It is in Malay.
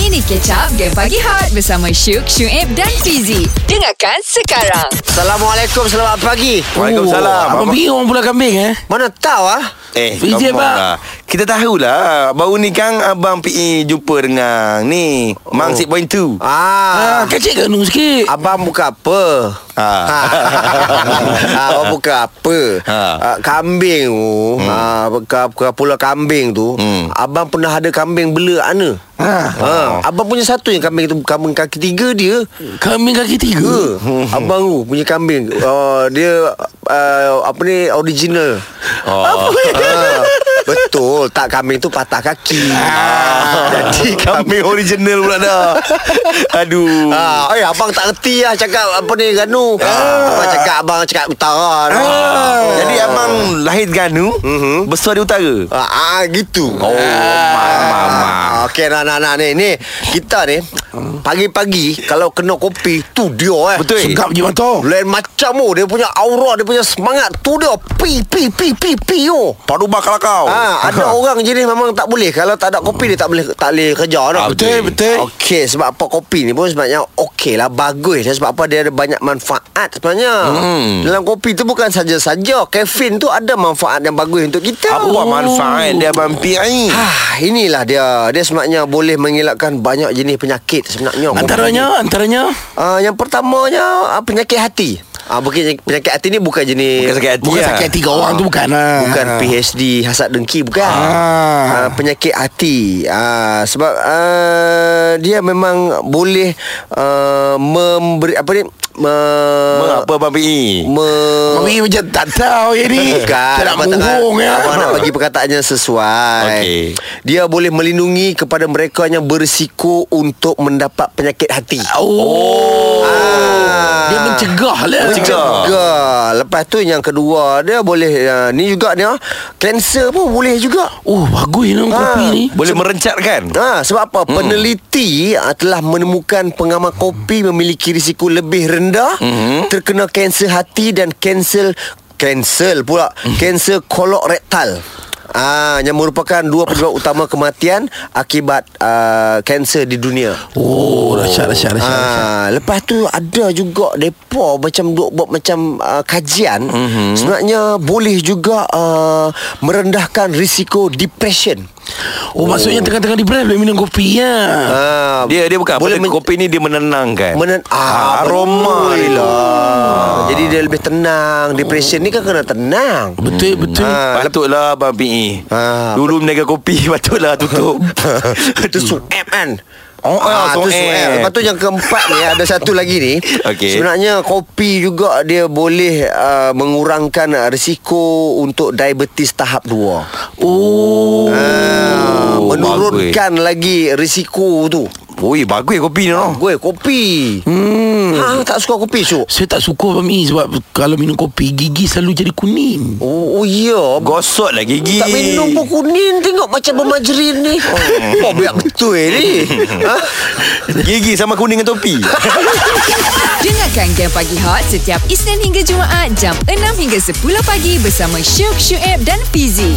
Mari catch up Game Pagi Hot Bersama Syuk, Syuib dan Fizi Dengarkan sekarang Assalamualaikum, selamat pagi. Waalaikumsalam. Oh, Abang Abang- pergi orang pulau kambing eh Mana tahu ah? Eh, Fiji, come on Pak. lah. Kita tahulah baru ni Kang abang PE jumpa dengan ni Oh. Mang Sik Point 2. Ah, ah, Kecil kat Nung sikit abang buka apa? Ah. Ha. Ah, abang buka apa? Ha. Ah, kambing tu. Ah, buka, buka pula kambing tu. Hmm. Ah. Abang pernah ada kambing bela ana. Ha. Abang punya satu yang kambing tu kambing kaki tiga dia. Kambing kaki tiga Ke? Hmm. Abang tu punya kambing. Ah, dia ah, apa ni original. Oh. Ah, betul tak kambing tu patah kaki. Ah. Jadi Kami original pula dah. Aduh. Ah, eh abang tak reti lah cakap apa ni Ganu. Ah. Abang cakap abang cakap utara. Ah. Ah. Jadi abang lahir Ganu, Mhm. besar di utara. Ah, ah gitu. Oh, mak, mak, mak. Ah, Okey nah nah nah ni ni kita ni pagi-pagi kalau kena kopi tu dia eh. Betul. Sedap je mata Lain macam oh dia punya aura dia punya semangat tu dia pi pi pi pi pi oh. Padu bakal kau. Ah, ada orang jenis memang tak boleh kalau tak ada kopi dia tak boleh tak boleh kerja dah. Ah, betul, betul. Okey, sebab apa kopi ni pun sebenarnya okey lah bagus lah sebab apa dia ada banyak manfaat sebenarnya. Hmm. Dalam kopi tu bukan saja-saja kafein tu ada manfaat yang bagus untuk kita. Apa manfaat dia abang PE? Ah, inilah dia. Dia sebenarnya boleh mengelakkan banyak jenis penyakit sebenarnya. kopi ni. Antaranya Antaranya Ah, yang pertamanya ah, penyakit hati. Ah, bukan penyakit hati ni bukan jenis Bukan sakit hati Bukan Ya. sakit tiga orang tu bukan ah. Bukan PhD Hasad dengki Bukan Ah. ah. Penyakit hati ah, Sebab ah, Dia memang Boleh ah, Memberi Apa ni me, Ah, Apa abang PE? Ah. me, Kami macam tak tahu ya ni Bukan Tak nak kan, Abang tak- bohong ya Abang nak bagi perkataannya sesuai Okey. Dia boleh melindungi Kepada mereka yang berisiko Untuk mendapat penyakit hati Oh Ah. Dia mencegah lah Mencegah. Juga. Lepas tu yang kedua Dia boleh ah, Ni juga ni ah, Cancer pun boleh juga Oh bagus ni Nung kopi Ah. ni Boleh merencatkan? Ha, sebab apa? Hmm. Peneliti ah, telah menemukan pengamal kopi memiliki risiko lebih rendah hmm. terkena kanser hati dan kanser kanser pula kanser kolorektal. Ah, yang merupakan dua penyebab utama kematian akibat ah, kanser di dunia. Oh rasyat rasyat rasyat Ah, lepas tu ada juga depa macam duk buat macam uh, kajian mm-hmm. sebenarnya boleh juga uh, merendahkan risiko depression. Oh maksudnya tengah-tengah di brand Boleh minum kopi ya Ah, Dia dia bukan Boleh apa men- men- kopi ni dia menenangkan. Menen ah, betul aroma dia lah. lah. Jadi dia lebih tenang. Depression ni kan kena tenang. Betul betul Ah, Patutlah Abang PE Ah. Dulu meniaga kopi Patutlah tutup itu suap kan. Oh, ah, tu suap. Lepas tu yang keempat ni ada satu lagi ni. Okey. Sebenarnya kopi juga dia boleh uh, mengurangkan ah, risiko untuk diabetes tahap 2. Oh Ah, Oh, menurunkan lagi risiko tu. Oi bagus kopi ni noh Gue kopi. Hmm. Ha, tak suka kopi, Syuk. Saya tak suka Abang Mi Sebab kalau minum kopi Gigi selalu jadi kuning Oh, oh ya. Yeah. Gosok lah gigi Tak minum pun kuning Tengok macam bermajerin ni Oh, oh biar betul eh, ni ha? Gigi sama kuning dengan topi Dengarkan Game Pagi Hot Setiap Isnin hingga Jumaat Jam 6 hingga 10 pagi Bersama Syuk, Syuib dan Fizi